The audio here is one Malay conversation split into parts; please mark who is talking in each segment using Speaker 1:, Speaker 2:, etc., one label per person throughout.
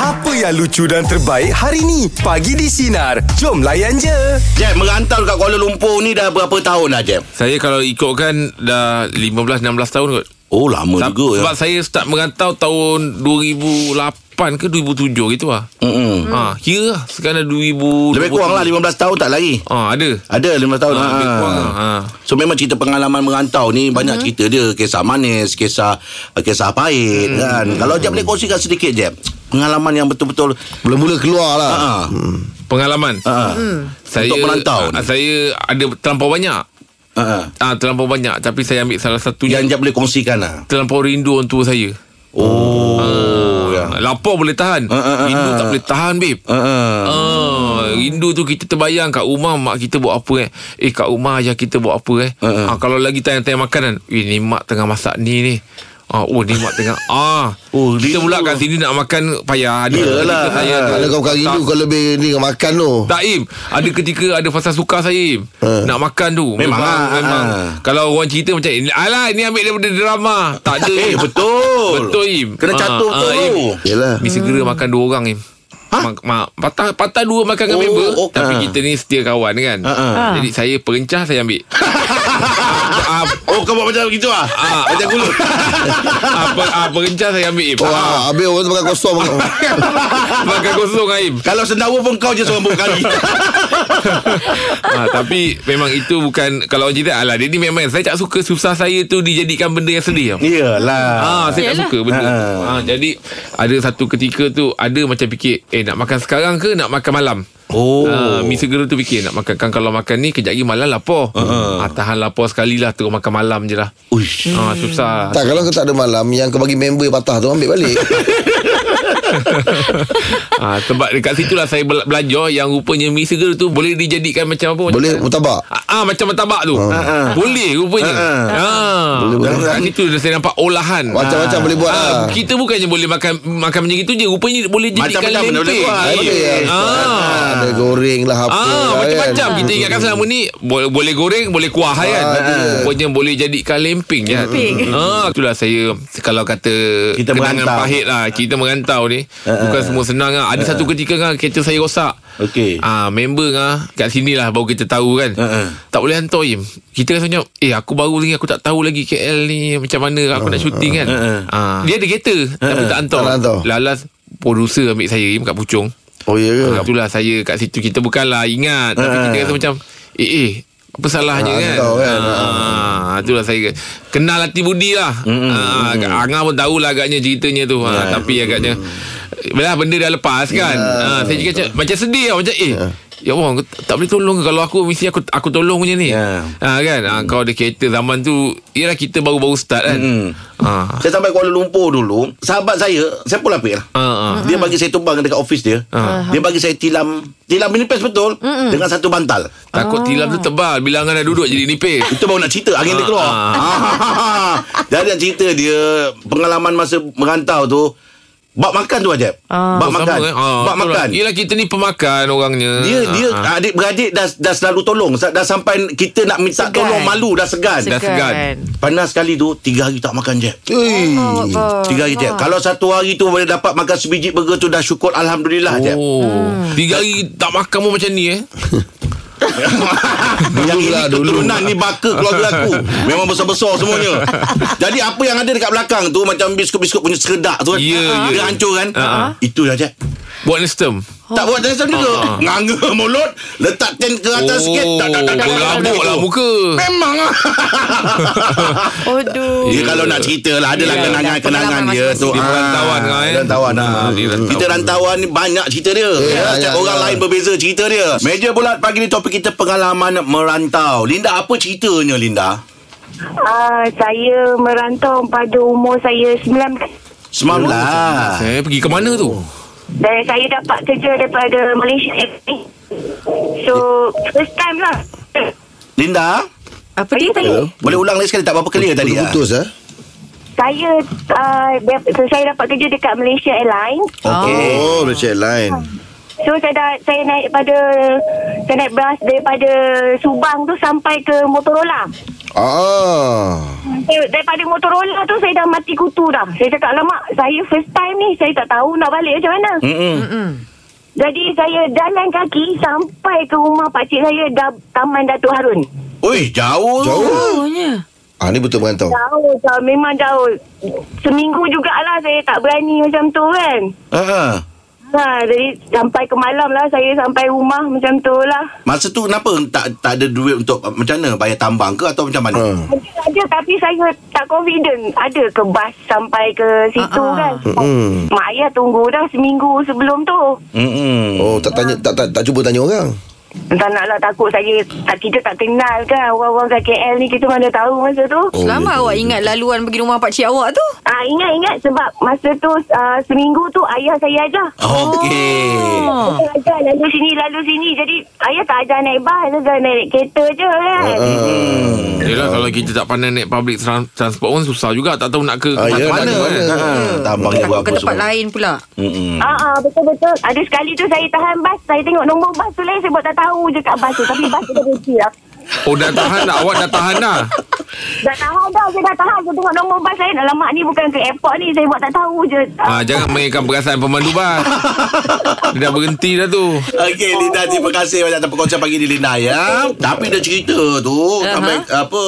Speaker 1: Apa yang lucu dan terbaik hari ni? Pagi di Sinar. Jom layan je.
Speaker 2: Jeb, merantau kat Kuala Lumpur ni dah berapa tahun dah, Jeb?
Speaker 3: Saya kalau ikutkan dah 15 16 tahun kot.
Speaker 2: Oh, lama
Speaker 3: Sa-
Speaker 2: juga
Speaker 3: sebab
Speaker 2: ya.
Speaker 3: saya start merantau tahun 2008 ke 2007 gitu lah.
Speaker 2: Mm-mm.
Speaker 3: Hmm. Ha, kira lah sekarang dah 2000
Speaker 2: Lebih kurang lah 15 tahun tak lagi.
Speaker 3: Ha, ada.
Speaker 2: Ada 15 tahun.
Speaker 3: Ha,
Speaker 2: Ha,
Speaker 3: lebih kurang lah. Ha.
Speaker 2: So memang cerita pengalaman merantau ni banyak cerita dia, kisah manis, kisah kisah pahit
Speaker 3: Hmm.
Speaker 2: kan. Kalau Jeb boleh kongsikan sedikit Jeb. Pengalaman yang betul-betul
Speaker 4: Mula-mula keluar lah
Speaker 2: ha.
Speaker 3: Pengalaman.
Speaker 2: Ha.
Speaker 3: Saya
Speaker 2: Untuk merantau
Speaker 3: ha,
Speaker 2: ni.
Speaker 3: saya ada terlampau banyak.
Speaker 2: Ha.
Speaker 3: Ah ha, terlampau banyak tapi saya ambil salah
Speaker 2: Yang
Speaker 3: satu yang,
Speaker 2: Jeb boleh kongsikan lah.
Speaker 3: terlampau rindu orang tua saya.
Speaker 2: Oh. ya.
Speaker 3: Ha, lapar boleh tahan.
Speaker 2: ha, ha,
Speaker 3: rindu
Speaker 2: ha.
Speaker 3: tak boleh tahan babe.
Speaker 2: Ha.
Speaker 3: Ah, rindu tu kita terbayang kat rumah mak kita buat apa eh. Eh kat rumah ayah kita buat apa eh.
Speaker 2: Ha, ha.
Speaker 3: Ah, kalau lagi tanya-tanya makanan, eh ni mak tengah masak ni ni. Ah, oh ni mak tengah ah.
Speaker 2: Oh,
Speaker 3: kita
Speaker 2: rindu
Speaker 3: pula kat sini nak makan payah ada.
Speaker 2: Yelah,
Speaker 3: Ketika saya
Speaker 2: ha.
Speaker 3: ada-
Speaker 4: Kalau kau bukan rindu Kau lebih ni kau makan tu
Speaker 3: tak Im Ada ketika ada fasa suka saya Im
Speaker 4: Ha.
Speaker 3: Nak makan tu
Speaker 2: Memang, ah,
Speaker 3: memang.
Speaker 2: ah.
Speaker 3: Kalau orang cerita macam Alah ini ambil daripada drama Tak ada
Speaker 2: Eh,
Speaker 3: Im.
Speaker 2: betul.
Speaker 3: Betul Im
Speaker 2: Kena
Speaker 3: Ah,
Speaker 2: catur
Speaker 3: ah,
Speaker 2: betul
Speaker 3: Im.
Speaker 2: tu.
Speaker 4: Yelah
Speaker 3: Ni segera makan dua orang Im
Speaker 2: Ha?
Speaker 3: Mak, mak, patah, patah dua makan
Speaker 2: Oh,
Speaker 3: dengan member
Speaker 2: ok.
Speaker 3: Tapi
Speaker 2: Ah.
Speaker 3: kita ni setia kawan kan
Speaker 2: Ah, ah.
Speaker 3: Jadi saya perencah saya ambil ah,
Speaker 2: Oh, kau buat macam begitu ah.
Speaker 3: ah, Macam dulu apa, ah, Perencah saya ambil Im
Speaker 4: Oh,
Speaker 3: Ah,
Speaker 4: ah, habis orang tu makan kosong
Speaker 3: Makan kosong lah, Im
Speaker 2: Kalau sendawa pun kau je seorang buat kali.
Speaker 3: ha, tapi memang itu bukan kalau orang cerita alah dia ni memang saya tak suka susah saya tu dijadikan benda yang sedih tau.
Speaker 2: Iyalah.
Speaker 3: Ah, saya tak
Speaker 5: Yalah.
Speaker 3: suka benda.
Speaker 2: Ha.
Speaker 3: Ha. jadi ada satu ketika tu ada macam fikir eh nak makan sekarang ke nak makan malam.
Speaker 2: Oh.
Speaker 3: Ah, mi segera tu fikir nak makan kan kalau makan ni kejap lagi malam lapar. Uh-huh. Ah, tahan lapar sekali lah terus makan malam je lah.
Speaker 2: Uish.
Speaker 3: Ah, susah.
Speaker 4: Tak kalau kau tak ada malam Yang kau bagi member yang patah tu Ambil balik
Speaker 3: ah, sebab dekat situ lah saya bela- belajar yang rupanya mi segera tu boleh dijadikan macam apa?
Speaker 4: Boleh mutabak
Speaker 3: Ah, ah macam martabak tu. Ah, ah. Boleh rupanya. Ah. ah.
Speaker 4: Boleh,
Speaker 3: ah.
Speaker 4: boleh.
Speaker 3: Itu dah saya nampak olahan.
Speaker 4: Macam-macam boleh buat lah.
Speaker 3: ah. Kita bukannya boleh makan makan macam itu je, rupanya boleh jadikan
Speaker 2: Macam-macam benda
Speaker 3: lempeng.
Speaker 2: boleh buat.
Speaker 4: Ada
Speaker 2: Boleh.
Speaker 4: yang
Speaker 3: Ah.
Speaker 4: Ada goreng lah apa
Speaker 3: Ah,
Speaker 4: lah,
Speaker 3: macam-macam
Speaker 4: kan.
Speaker 3: kita ingatkan selama ni boleh, boleh goreng, boleh kuah ah, kan.
Speaker 4: Ah,
Speaker 3: Rupanya boleh jadikan lemping kan.
Speaker 5: Lemping.
Speaker 3: Ah, itulah saya kalau kata
Speaker 2: Kita
Speaker 3: kenangan
Speaker 2: merantau.
Speaker 3: pahit lah, kita merantau ni. Bukan semua senang ah. Ada satu ketika kan kereta saya rosak.
Speaker 2: Okey.
Speaker 3: Ah, member ah kat sini lah baru kita tahu kan.
Speaker 2: Ha-ha.
Speaker 3: Tak boleh hantar Im. Kita rasa macam eh aku baru lagi aku tak tahu lagi KL ni macam mana aku nak syuting kan. Ah, dia ada kereta tapi tak hantar.
Speaker 4: Tak hantar.
Speaker 3: Lalas producer ambil saya Im kat Puchong.
Speaker 4: Oh ya ke Ah,
Speaker 3: Ha. Itulah saya kat situ Kita bukanlah ingat Tapi
Speaker 2: Ha.
Speaker 3: kita rasa macam Eh eh apa salahnya
Speaker 4: Ha,
Speaker 3: kan?
Speaker 4: tahu kan?
Speaker 3: Ha, itulah saya kenal hati budi lah. Ha, Angah pun tahulah agaknya ceritanya tu. Ha, tapi agaknya bila benda dah lepas kan. Ha, saya juga macam, macam sedih lah macam eh Ya Allah aku tak boleh tolong ke? Kalau aku Mesti aku aku tolong punya ni
Speaker 2: Ya.
Speaker 3: ha, kan ha, Kau ada kereta zaman tu Yelah kita baru-baru start kan ha.
Speaker 2: Hmm. Saya sampai Kuala Lumpur dulu Sahabat saya Saya pun lapik lah
Speaker 3: Ha, ha.
Speaker 2: Dia bagi saya tumbang dekat office dia
Speaker 3: Ah.
Speaker 2: Dia bagi saya tilam Tilam minipes betul Dengan satu bantal
Speaker 3: Takut tilam tu tebal Bila Angah dah duduk jadi nipis
Speaker 2: Itu baru nak cerita Angin dia keluar
Speaker 3: Ah.
Speaker 2: Jadi nak cerita dia Pengalaman masa merantau tu Bab makan tu ajab Bab
Speaker 3: Sama
Speaker 2: makan
Speaker 3: kan? Ha,
Speaker 2: Bab
Speaker 3: betul lah.
Speaker 2: makan
Speaker 3: Yelah kita ni pemakan orangnya
Speaker 2: dia
Speaker 3: Ha,
Speaker 2: dia
Speaker 3: ha.
Speaker 2: adik-beradik dah dah selalu tolong Sa- dah sampai kita nak minta
Speaker 5: Segan.
Speaker 2: tolong malu dah segan.
Speaker 3: Segan. segan.
Speaker 2: Panas sekali tu tiga hari tak makan je.
Speaker 4: Ui.
Speaker 5: Oh,
Speaker 2: Tiga hari je. Kalau satu hari tu boleh dapat makan sebiji burger tu dah syukur alhamdulillah je.
Speaker 3: Oh Tiga hari tak makan pun macam ni eh
Speaker 2: Yang ini
Speaker 4: lah, dulu.
Speaker 2: keturunan ni baka keluarga aku Memang besar-besar semuanya Jadi apa yang ada dekat belakang tu Macam biskut-biskut punya seredak tu kan
Speaker 3: Ya, ya.
Speaker 2: Dia hancur kan
Speaker 3: Ha.
Speaker 2: Itu dah je
Speaker 3: Buat nestem
Speaker 2: Tak buat dalam juga Nganga mulut Letak ten ke atas sikit tak, tak, tak, tak, tak, tak, tak,
Speaker 3: berabuk
Speaker 2: tak,
Speaker 3: Oh, lah
Speaker 2: tak.
Speaker 3: muka
Speaker 2: Memang lah
Speaker 5: Aduh.
Speaker 2: Ya kalau nak cerita lah Adalah
Speaker 5: Ya,
Speaker 2: kenangan-kenangan
Speaker 5: pengalaman
Speaker 2: dia tu
Speaker 5: masing-masing.
Speaker 3: Dia
Speaker 2: Ah,
Speaker 3: perantauan kan eh?
Speaker 2: Rantauan
Speaker 3: Ah,
Speaker 2: ah.
Speaker 3: dia rantauan.
Speaker 2: Kita rantauan ni banyak cerita dia
Speaker 4: Ya,
Speaker 2: ya,
Speaker 4: ya,
Speaker 2: Setiap orang
Speaker 4: ya.
Speaker 2: lain berbeza cerita dia Meja bulat pagi ni topik kita pengalaman merantau Linda apa ceritanya Linda?
Speaker 6: Ah, saya merantau pada umur saya 9
Speaker 2: 19 Ah.
Speaker 3: Saya Eh, pergi ke mana
Speaker 2: Oh.
Speaker 3: tu
Speaker 6: dan saya dapat kerja daripada Malaysia Airlines. So first time lah.
Speaker 2: Linda
Speaker 5: Apa dia?
Speaker 6: Saya saya
Speaker 2: Boleh ulang lagi sekali tak apa-apa clear tadi ah.
Speaker 4: Putus eh
Speaker 6: saya uh, saya dapat kerja dekat Malaysia Airlines.
Speaker 2: Okey
Speaker 4: Oh Malaysia lain
Speaker 6: So saya dah, saya naik pada saya naik bas daripada Subang tu sampai ke Motorola.
Speaker 4: Ah
Speaker 6: saya, daripada Motorola tu saya dah mati kutu dah. Saya cakap lama saya first time ni saya tak tahu nak balik macam mana.
Speaker 2: Mm-mm.
Speaker 6: Jadi saya jalan kaki sampai ke rumah pakcik saya da- Taman Datuk Harun.
Speaker 2: Ui, jauh.
Speaker 4: Jauh.
Speaker 5: Jauhnya.
Speaker 4: Ah ni betul merantau.
Speaker 6: Jauh jauh memang jauh. Seminggu jugalah saya tak berani macam tu kan.
Speaker 2: Ha.
Speaker 6: Ha, jadi sampai ke malam lah saya sampai rumah macam tu lah.
Speaker 2: Masa tu kenapa tak tak ada duit untuk uh, macam mana bayar tambang ke atau macam mana?
Speaker 4: Ha.
Speaker 6: Mungkin ada tapi saya tak confident ada ke bas sampai ke situ
Speaker 5: Ah, ah.
Speaker 6: kan.
Speaker 4: Mm-mm.
Speaker 6: Mak ayah tunggu dah seminggu sebelum tu.
Speaker 2: Hmm.
Speaker 4: Oh tak tanya tak tak, tak cuba tanya orang.
Speaker 6: Tak naklah takut saya tak kita tak kenal kan orang-orang kat KL ni kita mana tahu masa tu.
Speaker 4: Oh,
Speaker 5: Selamat awak ingat laluan pergi rumah pakcik awak tu.
Speaker 6: Ah ingat-ingat sebab masa tu ah, seminggu tu ayah saya ajar.
Speaker 2: Okey.
Speaker 3: Ah.
Speaker 5: Oh.
Speaker 6: Dia ajar lalu sini lalu sini jadi ayah tak ajar naik bas ajar naik kereta je kan.
Speaker 3: Ah,
Speaker 4: Hmm.
Speaker 3: Yelah kalau kita tak pandai naik public tran- transport pun susah juga tak tahu nak ke
Speaker 4: Ah,
Speaker 3: ke
Speaker 4: ya, nak
Speaker 3: mana.
Speaker 4: ke mana? Hmm.
Speaker 2: Ha. Tambang dia buat
Speaker 5: Takut ke
Speaker 2: apa
Speaker 5: tempat
Speaker 2: semua.
Speaker 5: lain pula.
Speaker 2: Mm-mm.
Speaker 6: Ah, ah betul-betul. Ada sekali tu saya tahan bas. Saya tengok nombor bas tu lain. Saya buat tak tahu je kat bas tu. Tapi bas tu dah berhenti lah.
Speaker 3: Oh dah tahan dah awak dah tahan dah.
Speaker 6: Dah tahan dah. Saya dah tahan. Saya tengok nombor bas lain. Alamak ni bukan ke airport ni. Saya buat tak tahu je.
Speaker 3: Ah, jangan mainkan perasaan pemandu bas. Dia dah berhenti dah tu.
Speaker 2: Okey Linda terima kasih banyak atas perkongsian pagi di Linda ya. Tapi dia cerita tu uh-huh. sampai apa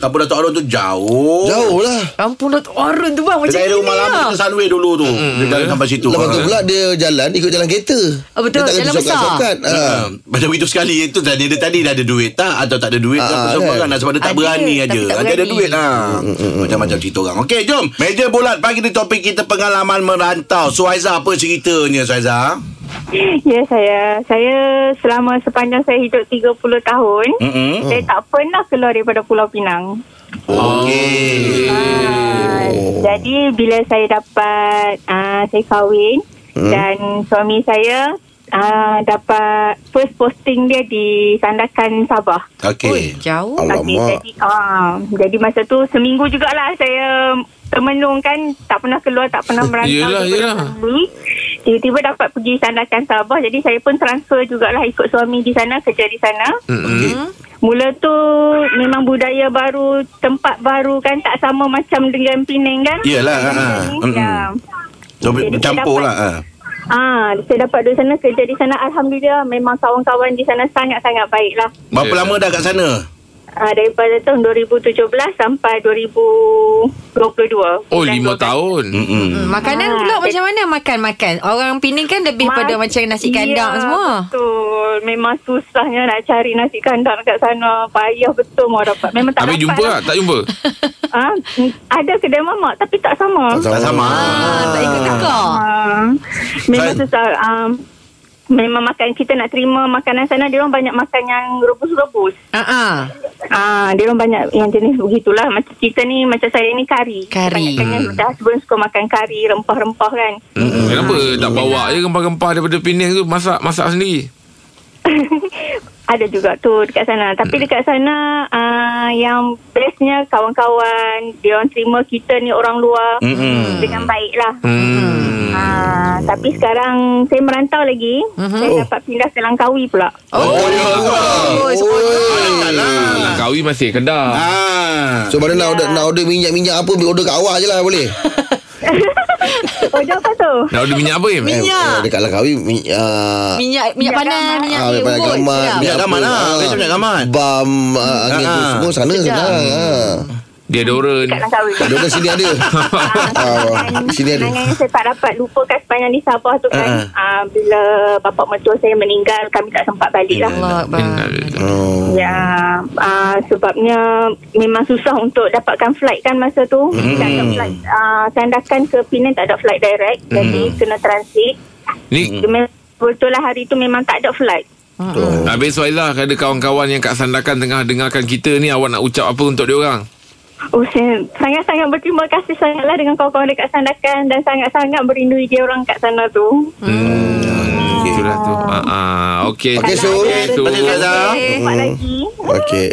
Speaker 2: kampung Datuk Arun tu jauh.
Speaker 4: Jauh lah.
Speaker 5: Kampung Datuk Arun tu bang macam
Speaker 2: Dekat area
Speaker 5: ni.
Speaker 2: rumah lama
Speaker 5: lah.
Speaker 2: kita Sunway dulu tu. Mm. Dia jalan sampai situ.
Speaker 4: Lepas tu
Speaker 2: Ha.
Speaker 4: pula dia jalan ikut jalan kereta.
Speaker 5: Ah, betul,
Speaker 4: Dia tak kena
Speaker 5: jalan besar.
Speaker 4: sokat-sokat. Ha.
Speaker 2: Ha. Macam itu sekali Itu tadi dia tadi dah ada duit tak Atau tak ada duit tak
Speaker 4: Ah,
Speaker 2: Pasal
Speaker 4: kan?
Speaker 2: kan? Sebab dia tak
Speaker 5: Ada,
Speaker 2: berani
Speaker 5: tapi
Speaker 2: aja
Speaker 5: tak
Speaker 2: Nanti ada
Speaker 5: berani.
Speaker 2: duit lah Macam-macam cerita orang Okey jom Meja bulat Pagi ni topik kita Pengalaman merantau Suhaiza apa ceritanya Suhaiza
Speaker 6: Ya saya. Saya selama sepanjang saya hidup 30 tahun.
Speaker 2: Mm-mm.
Speaker 6: Saya tak pernah keluar daripada Pulau Pinang.
Speaker 2: Oh. Okey
Speaker 6: Ah, Jadi bila saya dapat uh, saya kahwin hmm. dan suami saya uh, dapat first posting dia di Sandakan Sabah.
Speaker 2: Okey
Speaker 5: Oi, jauh.
Speaker 4: Alamak.
Speaker 6: Okey, jadi uh, jadi masa tu seminggu jugalah saya termenung kan tak pernah keluar tak pernah merantau
Speaker 3: Yelah,
Speaker 6: daripada
Speaker 3: yelah.
Speaker 6: suami. tiba-tiba dapat pergi Sandakan Sabah jadi saya pun transfer jugalah ikut suami di sana kerja di sana
Speaker 2: Okey
Speaker 6: Mula tu memang budaya baru, tempat baru kan tak sama macam dengan Penang kan?
Speaker 2: Yelah ha.
Speaker 6: Ya.
Speaker 2: Mm-mm. So
Speaker 6: Okey, dia
Speaker 2: bercampur lah
Speaker 6: dapat-
Speaker 2: ha.
Speaker 6: Ah, saya dapat di sana kerja di sana alhamdulillah memang kawan-kawan di sana sangat-sangat baiklah.
Speaker 2: Berapa
Speaker 3: Yelah.
Speaker 2: lama dah kat sana
Speaker 6: Ah, daripada tahun 2017 sampai 2022.
Speaker 3: Oh
Speaker 6: Bulan
Speaker 3: lima
Speaker 6: 12.
Speaker 3: tahun.
Speaker 2: Mm-mm.
Speaker 5: Hmm, makanan
Speaker 6: Ah,
Speaker 5: pula
Speaker 6: jadi-
Speaker 5: macam mana makan-makan? Orang Penang kan lebih
Speaker 6: Mas-
Speaker 5: pada macam nasi kandang
Speaker 6: ya,
Speaker 5: semua.
Speaker 6: betul. Memang susahnya nak cari nasi kandang kat sana. Payah betul mau dapat. Memang tak
Speaker 3: Habis
Speaker 6: dapat.
Speaker 3: jumpa kan? tak? Tak jumpa?
Speaker 6: Ah, ada kedai mamak tapi tak sama.
Speaker 2: Tak sama
Speaker 5: Ah, tak ikut kakak.
Speaker 6: Ah, memang
Speaker 2: Saya-
Speaker 6: susah. Um, memang makan kita nak terima makanan sana dia orang banyak makan yang rebus-rebus.
Speaker 5: Ah ah.
Speaker 6: Ah, dia orang banyak yang jenis begitulah. Macam kita ni macam saya ni kari.
Speaker 5: Kari.
Speaker 6: Kebanyakannya hmm. dah sebelum suka makan kari rempah-rempah kan.
Speaker 3: Hmm. Kenapa tak bawa je rempah-rempah daripada Penang tu masak masak sendiri?
Speaker 6: Ada juga tu dekat sana. Tapi dekat sana ah, yang bestnya kawan-kawan dia orang terima kita ni orang luar
Speaker 2: Mm-mm.
Speaker 6: dengan baik lah.
Speaker 3: Hmm.
Speaker 6: Ah, tapi sekarang saya merantau lagi. Saya dapat pindah ke Langkawi pula.
Speaker 2: Oh ya
Speaker 5: Oh, sepuluh.
Speaker 3: Langkawi masih Kedah.
Speaker 2: Ah.
Speaker 4: So mana nak order, nak order minyak-minyak apa Order kat awak je lah boleh
Speaker 6: Oh, dia apa tu?
Speaker 3: Nak order minyak apa Im?
Speaker 4: Eh,
Speaker 5: Minyak.
Speaker 4: eh, Dekat Langkawi minyak ah,
Speaker 5: Minyak minyak panas, minyak
Speaker 4: ah,
Speaker 5: dia
Speaker 4: minyak
Speaker 5: rebus.
Speaker 4: gaman
Speaker 5: Sedap.
Speaker 2: Minyak gaman lah.
Speaker 4: apa,
Speaker 2: Macam minyak gaman.
Speaker 4: Bam ah, Angin tu
Speaker 2: Ah.
Speaker 4: semua sana
Speaker 5: Sedap.
Speaker 4: senang ah.
Speaker 3: Deodoran.
Speaker 6: Kat Langkawi.
Speaker 4: Dia orang sini ada Ah,
Speaker 6: Kenangan-
Speaker 4: Sini ada
Speaker 6: Kenangan yang saya tak dapat lupakan sepanjang di Sabah tu kan.
Speaker 2: Ah.
Speaker 6: Uh-huh. Uh, bila bapa mertua saya meninggal, kami tak sempat balik lah.
Speaker 5: Allah Akbar.
Speaker 3: Innalillah.
Speaker 4: Oh.
Speaker 6: Ya, uh, sebabnya memang susah untuk dapatkan flight kan masa tu. Mm.
Speaker 4: Hmm.
Speaker 6: Tak ada flight. Uh, sandakan ke Penang tak ada flight direct. Mm. Jadi
Speaker 4: Hmm.
Speaker 6: kena transit.
Speaker 3: Ni
Speaker 6: Mm. Betul lah hari tu memang tak ada flight.
Speaker 3: Habis Suhaila Ada kawan-kawan yang kat Sandakan Tengah dengarkan kita ni Awak nak ucap apa untuk dia orang
Speaker 6: Oh, saya sangat-sangat berterima kasih sangatlah dengan kawan-kawan dekat Sandakan dan sangat-sangat berindui dia orang kat sana tu.
Speaker 3: Hmm, okay. Itulah tu ah, ah, Okay
Speaker 4: Okey, Su.
Speaker 3: Okey, Su.
Speaker 2: Okey, Su.
Speaker 4: Eh.
Speaker 6: Jumpa Ah, lagi.
Speaker 4: Okay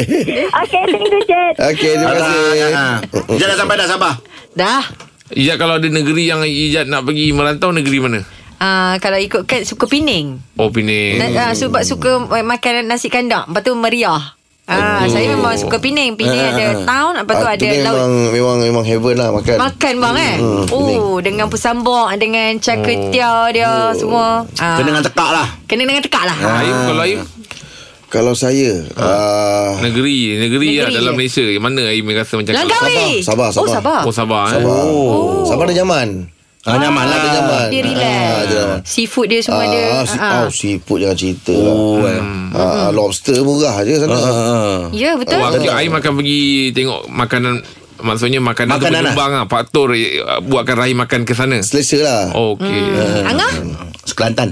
Speaker 6: Okay, thank you, Jet.
Speaker 4: Okay terima kasih
Speaker 2: Ah, ah, ah. Jangan sampai dah Sabah
Speaker 5: Dah.
Speaker 3: Ijat kalau ada negeri yang Ijat nak pergi merantau Negeri mana?
Speaker 5: Ah, kalau ikutkan suka Penang.
Speaker 3: Oh Penang
Speaker 4: Eh.
Speaker 5: Na- ah, sebab suka ma- makan nasi kandang. Lepas tu meriah. Ah, Ah, saya memang suka Penang. Penang ada town, lepas tu
Speaker 4: Oh. Ah,
Speaker 5: ada
Speaker 4: dia
Speaker 5: laut.
Speaker 4: memang, memang memang heaven lah makan.
Speaker 5: Makan bang eh.
Speaker 4: Hmm, Oh.
Speaker 5: Oh, dengan pusambok, dengan caketia dia semua. Ah.
Speaker 2: Kena dengan tekak lah
Speaker 5: Kena dengan tekak lah.
Speaker 4: Ah.
Speaker 3: Ayu kalau Ayu
Speaker 4: Kalau saya ah,
Speaker 3: negeri negeri lah
Speaker 5: Negeri
Speaker 3: dalam
Speaker 5: je.
Speaker 3: Malaysia yang mana Ayu rasa macam
Speaker 5: Langkawi.
Speaker 4: Sabah, Sabah,
Speaker 5: Lah, Oh, Sabah.
Speaker 3: Oh Sabah, eh.
Speaker 4: Sabah. Oh. Sabah ada nyaman.
Speaker 2: Ah, nyaman lah
Speaker 4: Ada nyaman.
Speaker 5: Dia
Speaker 4: Ah,
Speaker 5: relax.
Speaker 4: ada nyaman.
Speaker 5: Seafood dia semua ada.
Speaker 4: Ah, si,
Speaker 5: Ah. Hmm.
Speaker 4: oh, seafood jangan cerita lah. Oh,
Speaker 2: eh. Hmm.
Speaker 4: ah, lobster murah je sana.
Speaker 3: Ah,
Speaker 2: Ah,
Speaker 5: Ya, betul.
Speaker 4: Ah,
Speaker 3: Wah, Waktu Aim akan pergi tengok makanan Maksudnya
Speaker 2: Makanan
Speaker 3: makanan, makanan tu berkembang lah. Faktor eh, buatkan Rahim makan ke sana.
Speaker 4: Selesa lah.
Speaker 3: Okey.
Speaker 5: Hmm. Angah?
Speaker 2: Kelantan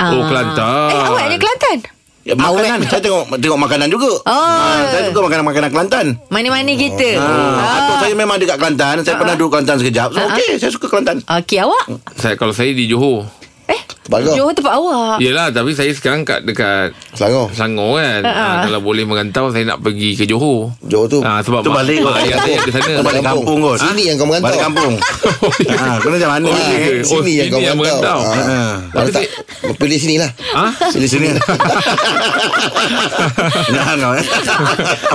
Speaker 3: Oh,
Speaker 5: Ah.
Speaker 3: Kelantan.
Speaker 5: Eh, awak ada Kelantan?
Speaker 2: Ya, Makanan Saya tengok tengok makanan juga
Speaker 5: Oh.
Speaker 2: Ah, Saya suka makanan-makanan Kelantan
Speaker 5: Mana-mana kita.
Speaker 2: Ah, Atuk saya memang dekat Kelantan Saya pernah duduk Kelantan sekejap So okey Saya suka Kelantan
Speaker 5: Ah. Okey, awak?
Speaker 4: Hmm.
Speaker 3: Saya kalau saya di Johor.
Speaker 5: Eh,
Speaker 4: Tempat kau?
Speaker 5: Johor tempat awak.
Speaker 3: Yelah, tapi saya sekarang kat dekat
Speaker 4: Selangor.
Speaker 3: Selangor kan.
Speaker 5: Ah, ah.
Speaker 3: Ah, kalau boleh merantau saya nak pergi ke Johor.
Speaker 4: Johor tu.
Speaker 3: Ah, sebab
Speaker 2: Tu
Speaker 3: mak-
Speaker 2: balik
Speaker 3: mak ayah saya ada sana.
Speaker 2: Tu balik kampung kot
Speaker 4: Sini yang kau merantau.
Speaker 2: Balik kampung Ah, Kena macam mana ni?
Speaker 4: Ah,
Speaker 3: ke? Oh,
Speaker 4: sini yang
Speaker 3: sini
Speaker 4: kau
Speaker 3: yang merantau.
Speaker 4: merantau. Ah.
Speaker 3: Tapi
Speaker 4: Kalau tak, pilih sini lah.
Speaker 3: Ha?
Speaker 4: Pilih sini.
Speaker 2: Nah, kau eh.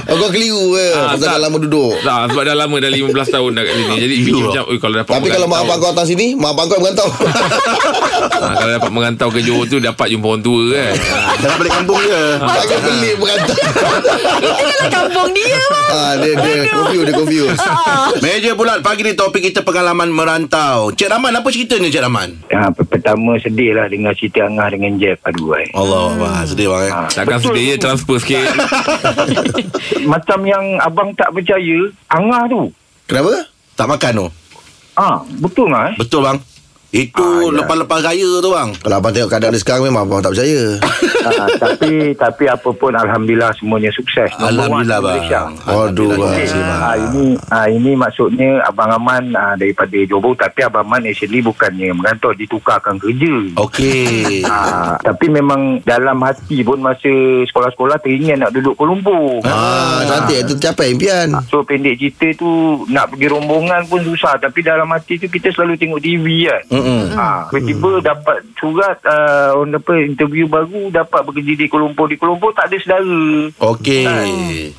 Speaker 4: Oh, kau keliru ke.
Speaker 3: Ah,
Speaker 4: Pasal
Speaker 3: tak.
Speaker 4: kau lama duduk.
Speaker 3: Tak, Ah, sebab dah lama dah 15 tahun dah kat sini. Jadi fikir macam, "Ui, kalau dapat
Speaker 4: Tapi kalau mak abang
Speaker 3: merantau-
Speaker 4: kau datang sini, mak abang kau yang merantau.
Speaker 3: Ah, kalau dapat merantau ke Johor tu dapat jumpa orang tua kan. Ah.
Speaker 2: Dah nak balik kampung je
Speaker 4: Takkan pelik merantau.
Speaker 5: Itu kalau kampung dia.
Speaker 4: Ah, dia dia confuse, dia confuse.
Speaker 2: Meja bulat pagi ni topik kita pengalaman merantau. Cik Rahman apa ceritanya Cik Rahman?
Speaker 7: Ha, per- pertama sedih lah dengar cerita Angah dengan Jeff. Aduh, eh. ai.
Speaker 2: Allah wah sedih bang. eh.
Speaker 7: Ha,
Speaker 3: Takkan
Speaker 7: betul.
Speaker 3: sedia transfer sikit.
Speaker 7: Macam yang abang tak percaya, Angah tu.
Speaker 4: Kenapa?
Speaker 2: Tak makan tu.
Speaker 7: Ah, betul lah eh.
Speaker 2: Betul bang. Itu
Speaker 7: Ah, ya.
Speaker 2: lepas-lepas raya tu bang.
Speaker 4: Kalau abang tengok keadaan dia sekarang memang abang tak percaya.
Speaker 7: ha, tapi tapi apa pun alhamdulillah semuanya sukses. Number one
Speaker 2: Alhamdulillah
Speaker 7: di
Speaker 2: bang.
Speaker 7: Malaysia.
Speaker 4: Aduh,
Speaker 2: Alhamdulillah,
Speaker 4: bang.
Speaker 2: terima kasih, bang.
Speaker 7: Ha, ini ha, ini maksudnya Abang Aman ha, daripada Johor tapi Abang Aman actually bukannya merantau ditukarkan kerja.
Speaker 2: Okey.
Speaker 7: Ha, tapi memang dalam hati pun masa sekolah-sekolah teringat nak duduk Kuala Lumpur.
Speaker 4: Ah, cantik. Itu capai impian.
Speaker 7: So pendek cerita tu Nak pergi rombongan pun susah Tapi dalam hati tu Kita selalu tengok TV kan
Speaker 2: Mm-mm.
Speaker 7: ha, Tiba-tiba dapat surat uh, Orang apa interview baru Dapat bekerja di Kuala Lumpur Di Kuala Lumpur tak ada saudara
Speaker 2: Okey.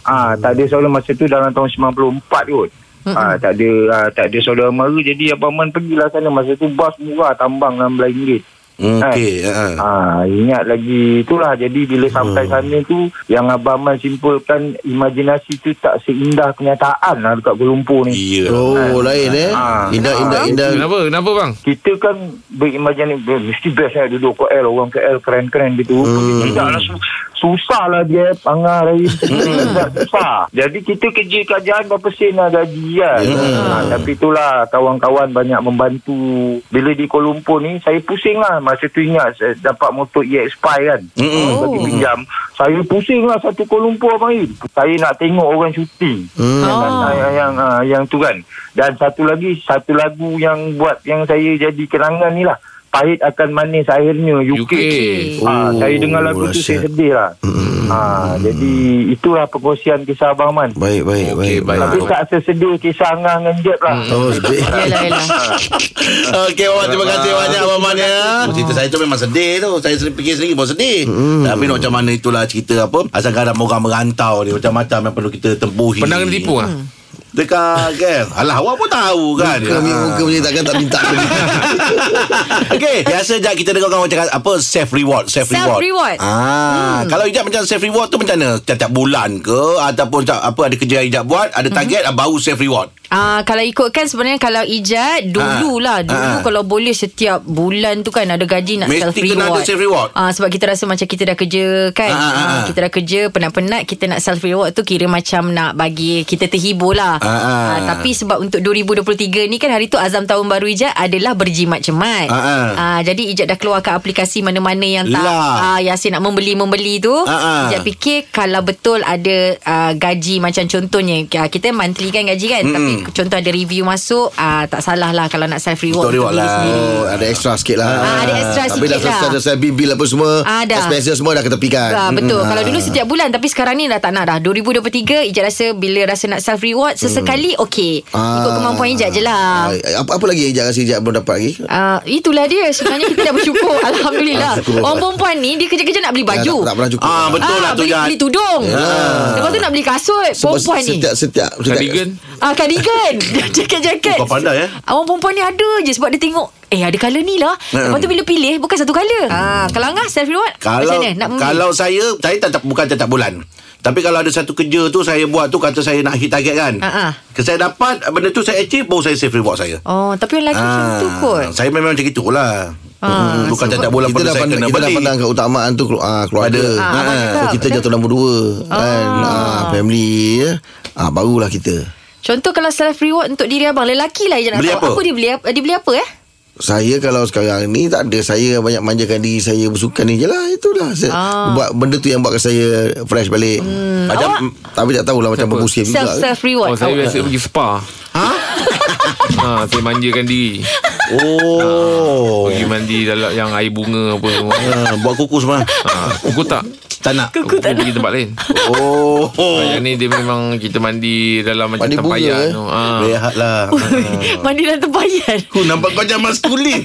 Speaker 7: Ah, ha, tak ada saudara masa tu dalam tahun 94 kot. Ah, ha, tak ada ha, tak ada saudara mara jadi abang Man pergilah sana masa tu bas murah tambang RM16.
Speaker 2: Mm, Okey. ha.
Speaker 7: Ah, ingat lagi itulah jadi bila sampai sana tu yang abang Man simpulkan imajinasi tu tak seindah kenyataan lah dekat Kuala Lumpur ni.
Speaker 2: Ya.
Speaker 4: Oh, lain eh.
Speaker 7: Ah.
Speaker 4: Indah, indah, indah.
Speaker 3: Kenapa? Kenapa bang?
Speaker 7: Kita kan berimajinasi "Beh, mesti best lah duduk KL orang KL keren-keren gitu. Hmm. Tidak lah su- susah lah dia pangar hari susah. Jadi kita kerja kerjaan berapa sen lah gaji kan. Ha, tapi itulah kawan-kawan banyak membantu. Bila di Kuala Lumpur ni saya pusing lah masa tu ingat saya dapat motor EX5 kan.
Speaker 2: Mm-mm.
Speaker 5: Oh.
Speaker 7: Bagi pinjam Saya pusing lah Satu Kuala Lumpur Abang Im Saya nak tengok orang syuting hmm. yang,
Speaker 5: Oh.
Speaker 7: yang, yang, yang, ah, yang tu kan Dan satu lagi Satu lagu yang buat Yang saya jadi kenangan ni lah Pahit akan manis akhirnya UK,
Speaker 3: UK.
Speaker 7: Ah,
Speaker 4: Oh, Hmm.
Speaker 7: saya dengar lagu tu
Speaker 4: dahsyat.
Speaker 7: saya sedih lah ah, Jadi itulah perkongsian kisah Abang Man
Speaker 4: Baik, baik,
Speaker 3: Okey,
Speaker 4: baik.
Speaker 3: baik.
Speaker 7: Tapi tak sesedih kisah Angah dengan Jeb lah
Speaker 4: Oh, sedih.
Speaker 5: Yalah, yalah.
Speaker 2: Okey, Wawan terima kasih banyak Abang Man ya. Cerita saya tu memang sedih tu. Saya sendiri fikir sendiri pun sedih. Tapi nak macam mana itulah cerita apa. Asal kadang orang merantau ni macam-macam yang perlu kita tempuhi.
Speaker 3: Pernah kena tipu ah?
Speaker 2: Dekat kan Alah awak pun tahu kan
Speaker 4: Kami muka macam ni takkan tak minta ke ni.
Speaker 2: Okay Biasa Jad kita dengar orang cakap Apa self reward Self reward
Speaker 5: Self-reward.
Speaker 2: Ah, hmm. Kalau Ijab macam self reward tu macam mana Tiap-tiap bulan ke Ataupun tak, apa ada kerja yang Ijab buat Ada target hmm. Baru self reward
Speaker 5: Ah, kalau ikutkan sebenarnya kalau ijat
Speaker 2: Ah.
Speaker 5: dululah dulu
Speaker 2: Ah.
Speaker 5: kalau boleh setiap bulan tu kan ada gaji nak
Speaker 2: Mesti
Speaker 5: self
Speaker 2: kena
Speaker 5: reward.
Speaker 2: ada self reward.
Speaker 5: Ah sebab kita rasa macam kita dah kerja kan.
Speaker 2: Ah, ah, ah.
Speaker 5: kita dah kerja penat-penat kita nak self reward tu kira macam nak bagi kita terhibur lah.
Speaker 2: Ah, ah.
Speaker 5: Ah, tapi sebab untuk 2023 ni kan hari tu azam tahun baru ijat adalah berjimat-jemat.
Speaker 2: Ah, ah.
Speaker 5: Ah, jadi ijat dah keluarkan aplikasi mana-mana yang tak
Speaker 2: Lah.
Speaker 5: ah Yasin nak membeli-membeli tu.
Speaker 2: Ah, ah.
Speaker 5: Ijat fikir kalau betul ada ah, gaji macam contohnya ah, kita monthly kan gaji kan mm. tapi contoh ada review masuk ah, tak salah lah kalau nak self reward
Speaker 2: Untuk reward
Speaker 5: diri
Speaker 2: lah.
Speaker 5: sendiri.
Speaker 4: Oh, ada extra sikit lah.
Speaker 5: Ah, ada extra
Speaker 4: Tapi
Speaker 5: sikit
Speaker 4: dah selesai,
Speaker 5: lah.
Speaker 4: dah selesai bill apa semua.
Speaker 5: Ah, dah.
Speaker 4: Expenses semua dah ketepikan. Hmm. Mm.
Speaker 5: Ah, betul. Kalau dulu setiap bulan tapi sekarang ni dah tak nak dah. 2023 Ijat rasa bila rasa nak self reward sesekali sekali okey. Ikut kemampuan Ijat je lah.
Speaker 4: Ah, Apa, apa lagi yang Ijat rasa Ijat belum dapat lagi?
Speaker 5: Uh, itulah dia Sebenarnya kita dah bersyukur Alhamdulillah
Speaker 4: Syukur.
Speaker 5: Orang perempuan ni Dia kerja-kerja nak beli
Speaker 4: Ya,
Speaker 5: baju
Speaker 4: tak, tak pernah cukup.
Speaker 2: Ah, betul. lah tu, Ya.
Speaker 5: beli,
Speaker 2: Jad.
Speaker 5: beli tudung Lepas tu nak beli kasut
Speaker 4: Sebab
Speaker 5: Perempuan ni
Speaker 4: setiap, Setiap, setiap,
Speaker 2: kan
Speaker 3: Cardigan
Speaker 5: Ah cardigan Jaket-jaket
Speaker 2: Oh, kau pandai, eh?
Speaker 5: Awang Ah, perempuan ni ada je Sebab dia tengok Eh ada colour ni lah Lepas tu bila pilih Bukan satu colour ah, Kalau Angah self reward
Speaker 2: Ya. Kalau
Speaker 5: Macam mana nak membeli
Speaker 2: kalau saya saya tak, tak bukan tetap bulan. Tapi kalau ada satu kerja tu saya buat tu kata saya nak hit target kan.
Speaker 5: Ah, ah.
Speaker 2: Ke saya dapat benda tu saya achieve baru saya save reward saya.
Speaker 5: Oh tapi orang lelaki macam
Speaker 2: Ah.
Speaker 5: tu kot
Speaker 2: saya memang macam gitulah.
Speaker 5: Ah,
Speaker 2: Hmm, bukan
Speaker 5: sebab-
Speaker 2: tetap bulan
Speaker 4: kita
Speaker 2: pada
Speaker 4: dah
Speaker 2: saya
Speaker 4: pandang,
Speaker 2: kena
Speaker 4: kita dah
Speaker 2: beli.
Speaker 4: pandang keutamaan tu kelu- ah, keluarga.
Speaker 2: Ada.
Speaker 5: Ah, abang
Speaker 4: Ah, so
Speaker 5: cakap,
Speaker 4: kita
Speaker 5: betul.
Speaker 4: jatuh nombor dua kan. Ah, family ya. Ah, barulah kita.
Speaker 5: Contoh kalau self reward Untuk diri abang Lelaki lah je nak
Speaker 2: Beli
Speaker 5: tahu
Speaker 2: apa?
Speaker 5: Aku dia beli, apa- dia beli apa eh
Speaker 4: Saya kalau sekarang ni tak ada Saya banyak manjakan diri saya Bersukan ni je lah Itulah saya,
Speaker 5: Ah.
Speaker 4: buat, Benda tu yang buatkan saya Fresh balik hmm. Macam
Speaker 5: awak-
Speaker 4: Tapi tak tahulah Macam bermusim juga
Speaker 5: Self self
Speaker 3: Oh
Speaker 5: reward
Speaker 3: saya
Speaker 5: Awak-
Speaker 3: biasa pergi spa Ha? ha, saya manjakan diri
Speaker 2: Oh.
Speaker 3: Pergi mandi dalam yang air bunga apa semua
Speaker 2: Ah, buat kuku semua.
Speaker 3: ha, Kuku tak?
Speaker 2: Tak nak.
Speaker 3: Kuku tak pergi tempat lain
Speaker 2: Oh.
Speaker 3: oh. Yang ni dia memang kita mandi dalam macam
Speaker 4: Mandi bunga,
Speaker 3: tempayan
Speaker 4: eh?
Speaker 3: tu ha.
Speaker 4: lah.
Speaker 2: Rehatlah.
Speaker 5: Mandi dalam tempayan
Speaker 2: Ah. Aku nampak kau macam maskulin.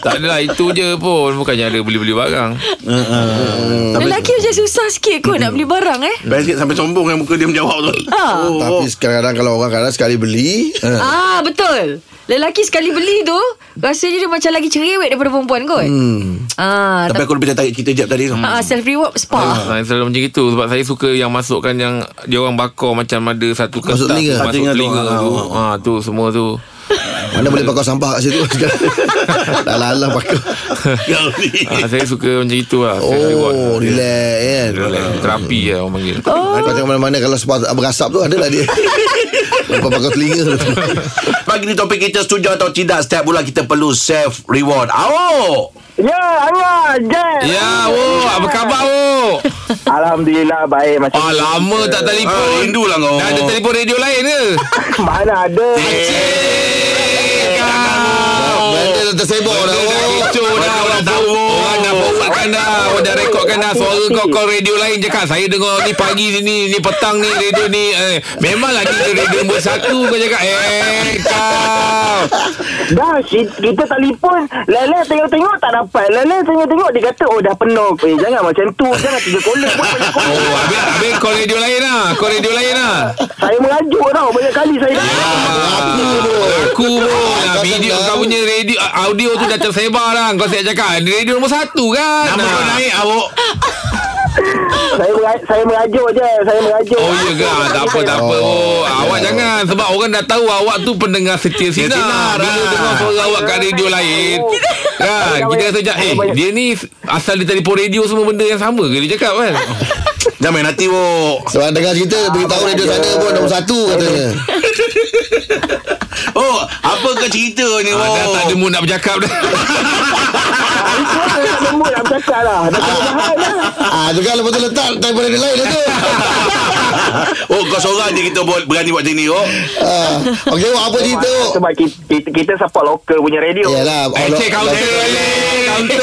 Speaker 3: Tak adalah itu je pun Bukannya ada beli-beli barang
Speaker 4: Hmm.
Speaker 5: Lelaki macam susah sikit kot
Speaker 2: Hmm.
Speaker 5: Nak beli barang eh
Speaker 2: Best sikit sampai sombong kan muka dia menjawab tu.
Speaker 5: Ah.
Speaker 2: Oh.
Speaker 4: Tapi kadang-kadang Kalau orang kadang sekali beli
Speaker 5: Ah betul. Lelaki sekali beli tu rasanya dia macam lagi cerewet daripada perempuan kot. Hmm. Ah
Speaker 2: Tapi
Speaker 5: tapi,
Speaker 2: aku lebih tertarik cerita jap tadi tu.
Speaker 5: ah self reward
Speaker 4: Ha.
Speaker 5: spa.
Speaker 3: Saya Ha, selalu macam itu Sebab saya suka yang masukkan yang Dia orang bakar macam ada satu kertas
Speaker 4: Masuk telinga.
Speaker 3: Masuk
Speaker 2: Telinga
Speaker 3: telinga,
Speaker 2: tu. Ah,
Speaker 3: tu
Speaker 2: ah,
Speaker 3: ha, tu semua tu
Speaker 4: Mana boleh bakar sampah kat situ Dah lalah bakar
Speaker 2: Kau ni.
Speaker 3: ha, Saya suka macam itu lah Saya reward.
Speaker 4: Oh relax kan
Speaker 3: Relax. Terapi lah orang panggil
Speaker 4: Kau cakap mana-mana Kalau sebab berasap tu Adalah dia Lepas bakar telinga tu.
Speaker 2: Pagi ni topik kita setuju atau tidak Setiap bulan kita perlu save reward Awak
Speaker 7: Ya, Allah, Jen.
Speaker 3: Ya, oh, apa khabar, oh?
Speaker 7: Alhamdulillah baik macam
Speaker 3: Ah, lama tak telefon.
Speaker 2: Ah, rindulah kau. Eh.
Speaker 3: Dah ada telefon radio lain ke?
Speaker 7: mana ada.
Speaker 4: Benda dah tersebok dah
Speaker 3: Dah
Speaker 4: Oh
Speaker 3: kecoh dah Orang tahu Orang dah forwardkan dah Orang dah rekodkan dah Suara kau call radio lain Cakap saya dengar ni pagi sini Ni petang ni radio ni eh, Memanglah ni radio nombor satu Kau cakap Eh kau
Speaker 7: Dah ki- kita telefon, lele tengok-tengok tak dapat. lah. Lele tengok-tengok dia kata oh dah penuh. Eh jangan macam tu, jangan tiga kolom pun banyak kolom.
Speaker 3: Oh habis, habis call radio lain lah Call radio lain lah
Speaker 7: Saya merajuk tau banyak kali saya dah.
Speaker 3: Ah, Aku pun ah, Video kau punya radio Audio tu dah tersebar lah Kau siap cakap Radio nombor satu kan
Speaker 2: Nama kau
Speaker 3: Ah.
Speaker 2: naik awak
Speaker 7: Saya merajuk, saya merajuk je, saya merajuk.
Speaker 3: Oh ya ke Ah, Tak apa tak apa oh, Awak jangan Sebab orang dah tahu Awak tu pendengar setia
Speaker 2: sinar,
Speaker 3: sinar Bila
Speaker 2: ah.
Speaker 3: dengar suara awak kat radio lain
Speaker 7: Oh.
Speaker 3: Kan Kita kata sekejap Eh dia ni Asal dia telefon radio Semua benda yang sama ke Dia cakap kan
Speaker 2: Jangan main hati oh. awak
Speaker 4: Sebab dengar cerita Beritahu radio sana pun Nombor satu katanya
Speaker 2: Oh Apa ke cerita ni oh?
Speaker 3: ah, Dah tak ada
Speaker 2: awak
Speaker 3: mood nak bercakap dah
Speaker 7: Itu lah, saya tak ada mood nak bercakap lah. Dah kena bahan lah.
Speaker 4: Ah, tu kan lepas tu letak Telefon radio lain lah tu
Speaker 2: Oh kau seorang je kita buat, berani buat macam ni oh. awak
Speaker 4: ah, Okey awak apa cerita awak?
Speaker 7: Sebab kita, kita, kita support lokal punya radio.
Speaker 4: Yalah
Speaker 3: Eh cik counter Eh, Counter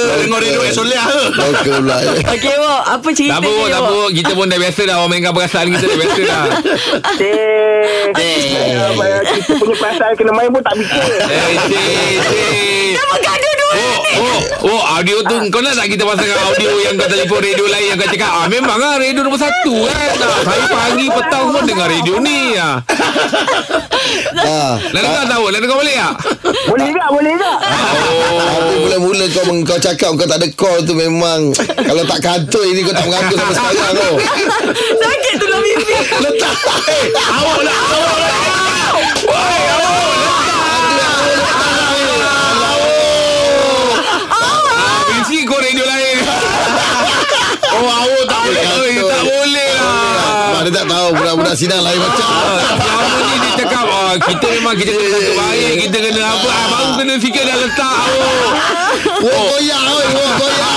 Speaker 2: Kau Dengar radio eh soleh ke
Speaker 4: Lokal pula
Speaker 5: Okey Wok, apa cerita
Speaker 3: Tak apa
Speaker 5: ni,
Speaker 3: tak
Speaker 5: Wok?
Speaker 3: apa Kita pun dah biasa dah Orang mainkan perasaan kita dah biasa dah
Speaker 7: Cik. Apa, Eh,
Speaker 4: Eh.
Speaker 7: Kita punya perasaan kena main pun tak fikir.
Speaker 3: Eh cik cik
Speaker 5: Kenapa gaduh dua
Speaker 3: Oh, oh, oh, audio tu kau nak tak kita pasangkan audio yang kau telefon radio lain yang kau cakap ah memang ah radio nombor satu kan. Ah, saya pagi petang semua dengar radio ni ah.
Speaker 4: ah,
Speaker 3: Lalu kau tahu, lalu kau boleh tak?
Speaker 7: Boleh tak, boleh tak?
Speaker 4: Tapi mula-mula kau, meng- kau cakap Kau tak ada call tu memang Kalau tak kantor ini Kau tak mengaku sampai sekarang kau
Speaker 5: Sakit tu dalam mimpi
Speaker 4: Letak
Speaker 2: Awak lah Awak lah
Speaker 3: Ah, mesti kau radio lain.
Speaker 2: Oh awak tak boleh
Speaker 3: Oh, eh, tak boleh lah.
Speaker 4: Mak dia tak tahu Budak-budak sidang lain macam
Speaker 3: Ah, Selama ni dia cakap ah, Kita memang kita kena satu baik Kita kena apa ah, Baru kena fikir dah letak oh.
Speaker 4: Wah koyak oi, Wah koyak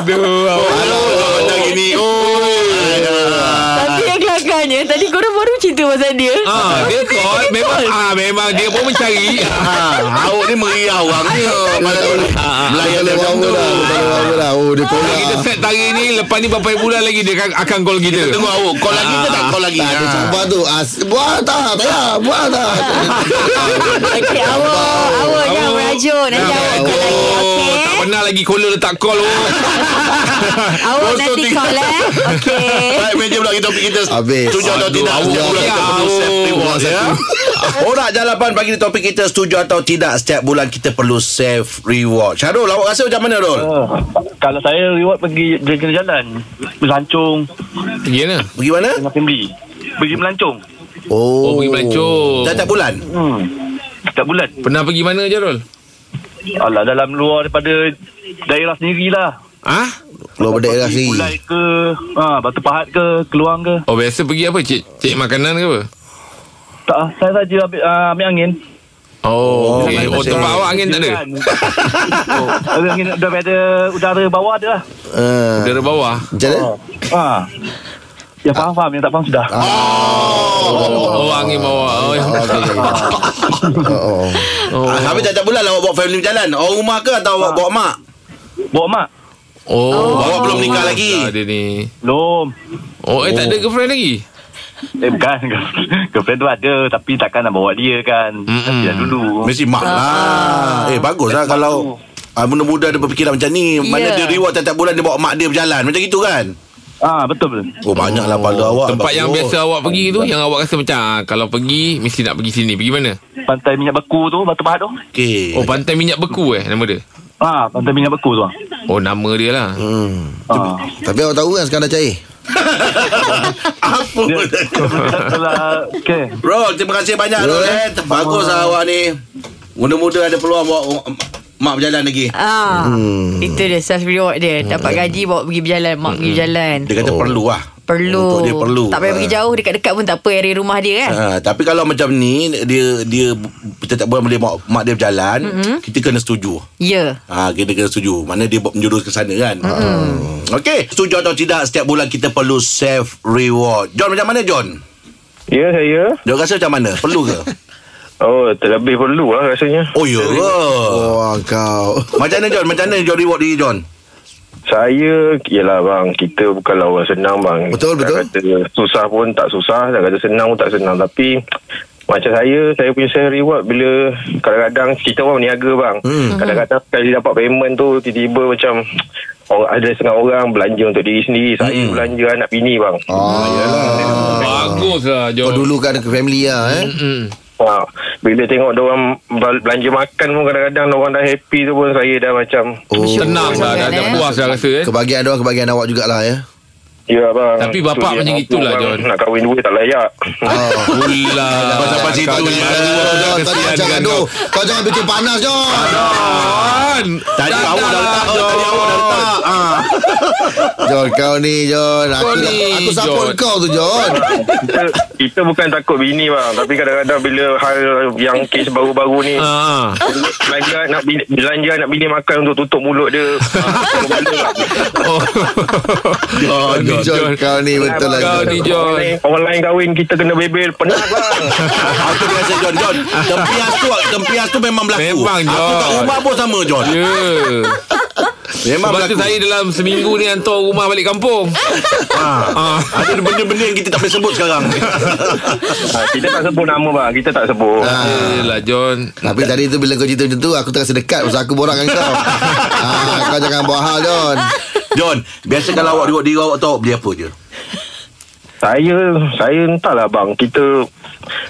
Speaker 3: Aduh awak.
Speaker 2: Awak lah macam gini Oh
Speaker 5: Tapi yang kelakarnya Tadi korang baru cerita pasal dia
Speaker 3: Ah, dia call
Speaker 2: Ha,
Speaker 3: memang ah memang dia pun mencari.
Speaker 2: Ah, awak ni meriah orangnya Malam-
Speaker 4: Ha,
Speaker 3: ah,
Speaker 2: Melayan dia
Speaker 4: Kalau
Speaker 2: macam
Speaker 4: orang
Speaker 2: tu Ha,
Speaker 4: dah Kalau orang dah Oh dia
Speaker 3: Kalau
Speaker 4: korak
Speaker 3: kita set hari ni Lepas ni berapa bulan lagi Dia akan, akan call kita
Speaker 2: Tengok awak Call lagi ke tak call lagi Ha.
Speaker 4: Tak ada cabar tu ah, Buat tak Tak payah Buat tak
Speaker 5: Okey, awak, awak jangan merajuk. Nanti awak call lagi, okey?
Speaker 3: Oh, Tak pernah lagi caller letak call oh.
Speaker 5: Awak nanti call, eh? Okey.
Speaker 2: Baik meja pula kita topik kita
Speaker 4: Habis.
Speaker 2: Setuju atau
Speaker 3: Aduh,
Speaker 2: tidak
Speaker 3: awak
Speaker 2: Setuju pula
Speaker 3: pula.
Speaker 2: kita perlu
Speaker 3: Awak.
Speaker 2: set reward ya Orang jalapan bagi ni topik kita Setuju atau tidak Setiap bulan kita perlu save reward Syarul awak rasa macam mana Rol?
Speaker 7: Oh, Kalau saya reward pergi jalan-jalan Melancong
Speaker 3: Gila
Speaker 2: Bagaimana?
Speaker 7: dengan family Pergi melancong
Speaker 3: Oh pergi melancong
Speaker 2: Setiap bulan?
Speaker 7: hmm. Setiap bulan
Speaker 3: Pernah pergi mana Jarul?
Speaker 7: Alah dalam luar daripada daerah sendirilah
Speaker 3: Ha?
Speaker 2: lah,
Speaker 4: Keluar berdaerah
Speaker 7: Pergi
Speaker 4: sendiri
Speaker 7: Gulai ke ha, Batu Pahat ke Keluang ke
Speaker 3: Oh biasa pergi apa? Cik, cik makanan ke apa?
Speaker 7: Tak ah, Saya saja ambil, uh, ambil angin
Speaker 3: Oh, oh,
Speaker 2: okey.
Speaker 3: okay. oh tempat awak angin tak ada?
Speaker 7: oh, ambil angin daripada udara bawah ada lah
Speaker 4: Ah,
Speaker 3: Udara bawah
Speaker 4: Macam mana?
Speaker 7: ha. Yang faham-faham Yang tak faham sudah
Speaker 3: Oh, oh angin bawah Oh,
Speaker 4: Oh, okey. Oh, oh.
Speaker 2: Oh. Ah, habis setiap bulan awak bawa family berjalan Orang rumah ke atau awak bawa mak?
Speaker 7: Bawa mak
Speaker 3: oh, oh.
Speaker 2: Awak belum nikah lagi.
Speaker 3: Ada ni
Speaker 7: Belum
Speaker 3: Oh, eh tak ada girlfriend lagi?
Speaker 7: Eh bukan Girlfriend tu ada Tapi takkan nak bawa dia kan
Speaker 3: Mm-mm.
Speaker 7: Tapi dah dulu
Speaker 2: Mesti mak lah Eh bagus lah kalau ah, Muda-muda ada berfikiran macam ni Mana dia
Speaker 5: Ya.
Speaker 2: reward setiap bulan Dia bawa mak dia berjalan Macam gitu kan?
Speaker 7: Ah betul
Speaker 2: Oh banyak lah pada awak
Speaker 3: Tempat
Speaker 2: tak
Speaker 3: yang
Speaker 2: perlu.
Speaker 3: biasa awak pergi tu Yang awak rasa macam ah, Kalau pergi Mesti nak pergi sini Pergi mana?
Speaker 7: Pantai minyak beku tu Batu Pahat tu
Speaker 2: Okey
Speaker 3: Oh pantai minyak beku eh Nama dia
Speaker 7: Ah, pantai minyak beku tu ah.
Speaker 3: Oh nama dia lah
Speaker 7: Ah.
Speaker 4: Tapi awak tahu kan sekarang dah cair
Speaker 2: Apa benda tu?
Speaker 7: Kalau okey.
Speaker 2: Rol, terima kasih banyak Rol eh. Bagus lah awak ni. Muda-muda ada peluang bawa um, mak berjalan lagi.
Speaker 5: Ah, Itu dia self reward dia Dapat gaji bawa pergi berjalan Mak pergi berjalan
Speaker 2: Dia kata oh. perlu lah.
Speaker 5: Perlu
Speaker 2: Untuk dia perlu.
Speaker 5: Tak payah pergi
Speaker 2: Ha.
Speaker 5: jauh Dekat-dekat pun tak apa Area rumah dia kan
Speaker 2: Ha, tapi kalau macam ni dia dia kita tak boleh mak, mak dia berjalan, mm-hmm. kita kena setuju.
Speaker 5: Ya
Speaker 2: Ha, kita kena setuju. Mana dia buat menjurus ke sana kan. Mm-hmm. Okey, setuju atau tidak setiap bulan kita perlu save reward. John macam mana John?
Speaker 7: Ya saya.
Speaker 2: Dia rasa macam mana? Perlu ke?
Speaker 7: Oh, terlebih perlu lah rasanya.
Speaker 2: Oh ya. ke?
Speaker 4: Oh kau
Speaker 2: Macam mana John? Macam mana John reward diri John?
Speaker 8: Saya Yelah bang Kita bukanlah orang senang bang
Speaker 4: Betul,
Speaker 8: Nak
Speaker 4: betul.
Speaker 8: kata Susah pun tak susah Nak kata senang pun tak senang Tapi Macam saya Saya punya saya reward Bila Kadang-kadang Kita orang berniaga bang Kadang-kadang Sekali dapat payment tu Tiba-tiba macam orang, Ada setengah orang Belanja untuk diri sendiri Saya belanja anak bini bang
Speaker 4: Oh
Speaker 3: Bagus lah
Speaker 4: Kau
Speaker 3: John
Speaker 4: dulu kan ada family lah eh
Speaker 3: Mm.
Speaker 8: ha, Bila tengok orang Belanja makan pun Kadang-kadang orang dah happy tu pun Saya dah macam
Speaker 4: Oh,
Speaker 3: Tenang lah Dah
Speaker 5: sangat,
Speaker 3: dah
Speaker 5: eh.
Speaker 3: puas dah rasa eh
Speaker 4: Kebahagiaan dia kebahagiaan awak jugalah ya
Speaker 8: Ya bang
Speaker 3: Tapi bapak
Speaker 8: Tu dia
Speaker 3: macam
Speaker 8: mampu,
Speaker 3: itulah,
Speaker 8: bang.
Speaker 3: John. Ah.
Speaker 8: Nak kahwin dua tak layak
Speaker 4: Oh
Speaker 3: Pula
Speaker 2: Kau sampai situ
Speaker 4: Kau
Speaker 2: je.
Speaker 4: jangan
Speaker 3: Aduh,
Speaker 4: Kau
Speaker 3: kesian
Speaker 4: jangan
Speaker 3: dengan
Speaker 4: aduh. Kau jangan bikin panas John
Speaker 3: John
Speaker 2: Tadi
Speaker 3: Dah-
Speaker 2: awak dah letak.
Speaker 3: dah-
Speaker 2: Tadi awak dah letak.
Speaker 4: Ah. John kau ni John Aku,
Speaker 3: Kau ni,
Speaker 4: aku support
Speaker 3: John.
Speaker 4: kau tu John
Speaker 8: kita, kita bukan takut bini bang Tapi kadang-kadang bila hal yang kes baru-baru ni
Speaker 3: Ah.
Speaker 8: Belanja nak bini, belanja nak bini makan untuk tutup
Speaker 3: Ah.
Speaker 8: mulut dia Ah, lah.
Speaker 3: Oh.
Speaker 4: Kau ni,
Speaker 3: John, John.
Speaker 4: John Kau ni betul lah
Speaker 3: Kau
Speaker 4: John.
Speaker 3: ni John
Speaker 8: Orang lain kahwin kita kena bebel Penat bang
Speaker 2: Aku biasa John John Tempias tu Tempias tu memang berlaku
Speaker 3: Memang,
Speaker 2: Aku
Speaker 3: John.
Speaker 2: kat rumah pun sama John
Speaker 3: Ya
Speaker 2: Memang
Speaker 3: Sebab
Speaker 2: berlaku
Speaker 3: tu saya dalam seminggu ni Hantar rumah balik kampung
Speaker 2: ha. Ada benda-benda yang kita tak boleh sebut sekarang
Speaker 3: Ah.
Speaker 8: ha, Kita tak sebut nama bang Kita tak sebut
Speaker 4: Ah.
Speaker 3: Yelah John
Speaker 4: Tapi tadi tu bila kau cerita macam tu Aku terasa dekat Pasal aku borak dengan kau ah, Kau jangan buat hal John
Speaker 2: John Biasa kalau awak reward diri awak tu Awak beli apa je
Speaker 8: Saya Saya entahlah bang Kita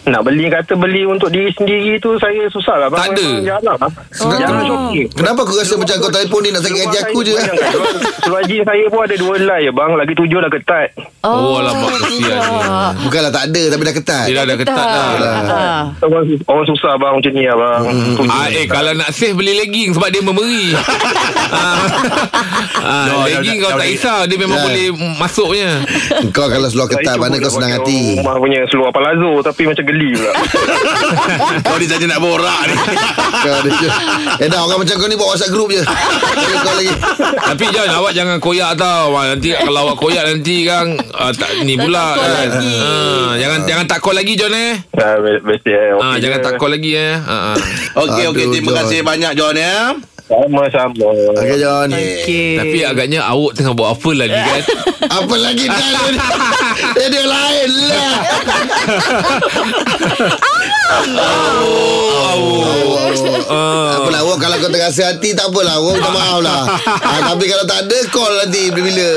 Speaker 8: Nak beli kata beli untuk diri sendiri tu Saya susah lah bang
Speaker 3: Tak ada.
Speaker 8: Memang Jarang lah Jarang shopping
Speaker 4: Kenapa aku rasa macam kau telefon ni Nak sakit hati aku je
Speaker 8: Seluar jeans saya pun ada dua helai ya bang Lagi tujuh dah ketat
Speaker 3: Oh, alamak, kesian dia.
Speaker 4: Bukanlah tak ada Tapi dah ketat
Speaker 3: Dia dah, dah ketat lah. dah
Speaker 5: Ah.
Speaker 8: Orang, orang susah bang macam ni abang. Hmm.
Speaker 3: Ah, eh kalau nak save beli legging sebab dia memberi. ah, ah,
Speaker 2: No,
Speaker 3: legging
Speaker 2: dah-
Speaker 3: kau
Speaker 2: dah-
Speaker 3: tak
Speaker 2: dah-
Speaker 3: risau dia memang
Speaker 4: Dah.
Speaker 3: boleh masuknya.
Speaker 4: Kau kalau seluar ketat Mana kau senang hati
Speaker 8: Rumah punya seluar palazzo tapi macam geli pula.
Speaker 2: Kau ni saja nak borak ni
Speaker 4: Kau ni John. Eh dah orang macam kau ni Buat whatsapp group je Kau lagi
Speaker 3: Tapi John awak jangan koyak tau. Wah, nanti kalau awak koyak nanti kan ah, tak ni pula.
Speaker 5: call
Speaker 3: Kan.
Speaker 5: lagi.
Speaker 3: Ah, jangan jangan tak call lagi John eh.
Speaker 8: ah, best, best, eh.
Speaker 3: Ah, jangan tak call lagi eh. Ah, ah.
Speaker 2: Okey
Speaker 4: Aduh,
Speaker 2: okey Terima
Speaker 4: John.
Speaker 2: kasih banyak John ya
Speaker 8: Sama-sama.
Speaker 4: Okay John
Speaker 5: Okay.
Speaker 3: Tapi agaknya awak tengah buat apa lagi kan?
Speaker 4: Apa lagi dah dia, dia, dia lain lah
Speaker 3: Ah.
Speaker 4: Apa lah Wong Kalau kau terasa hati Tak apalah Wong minta maaf lah ha, Tapi kalau tak ada Call nanti Bila-bila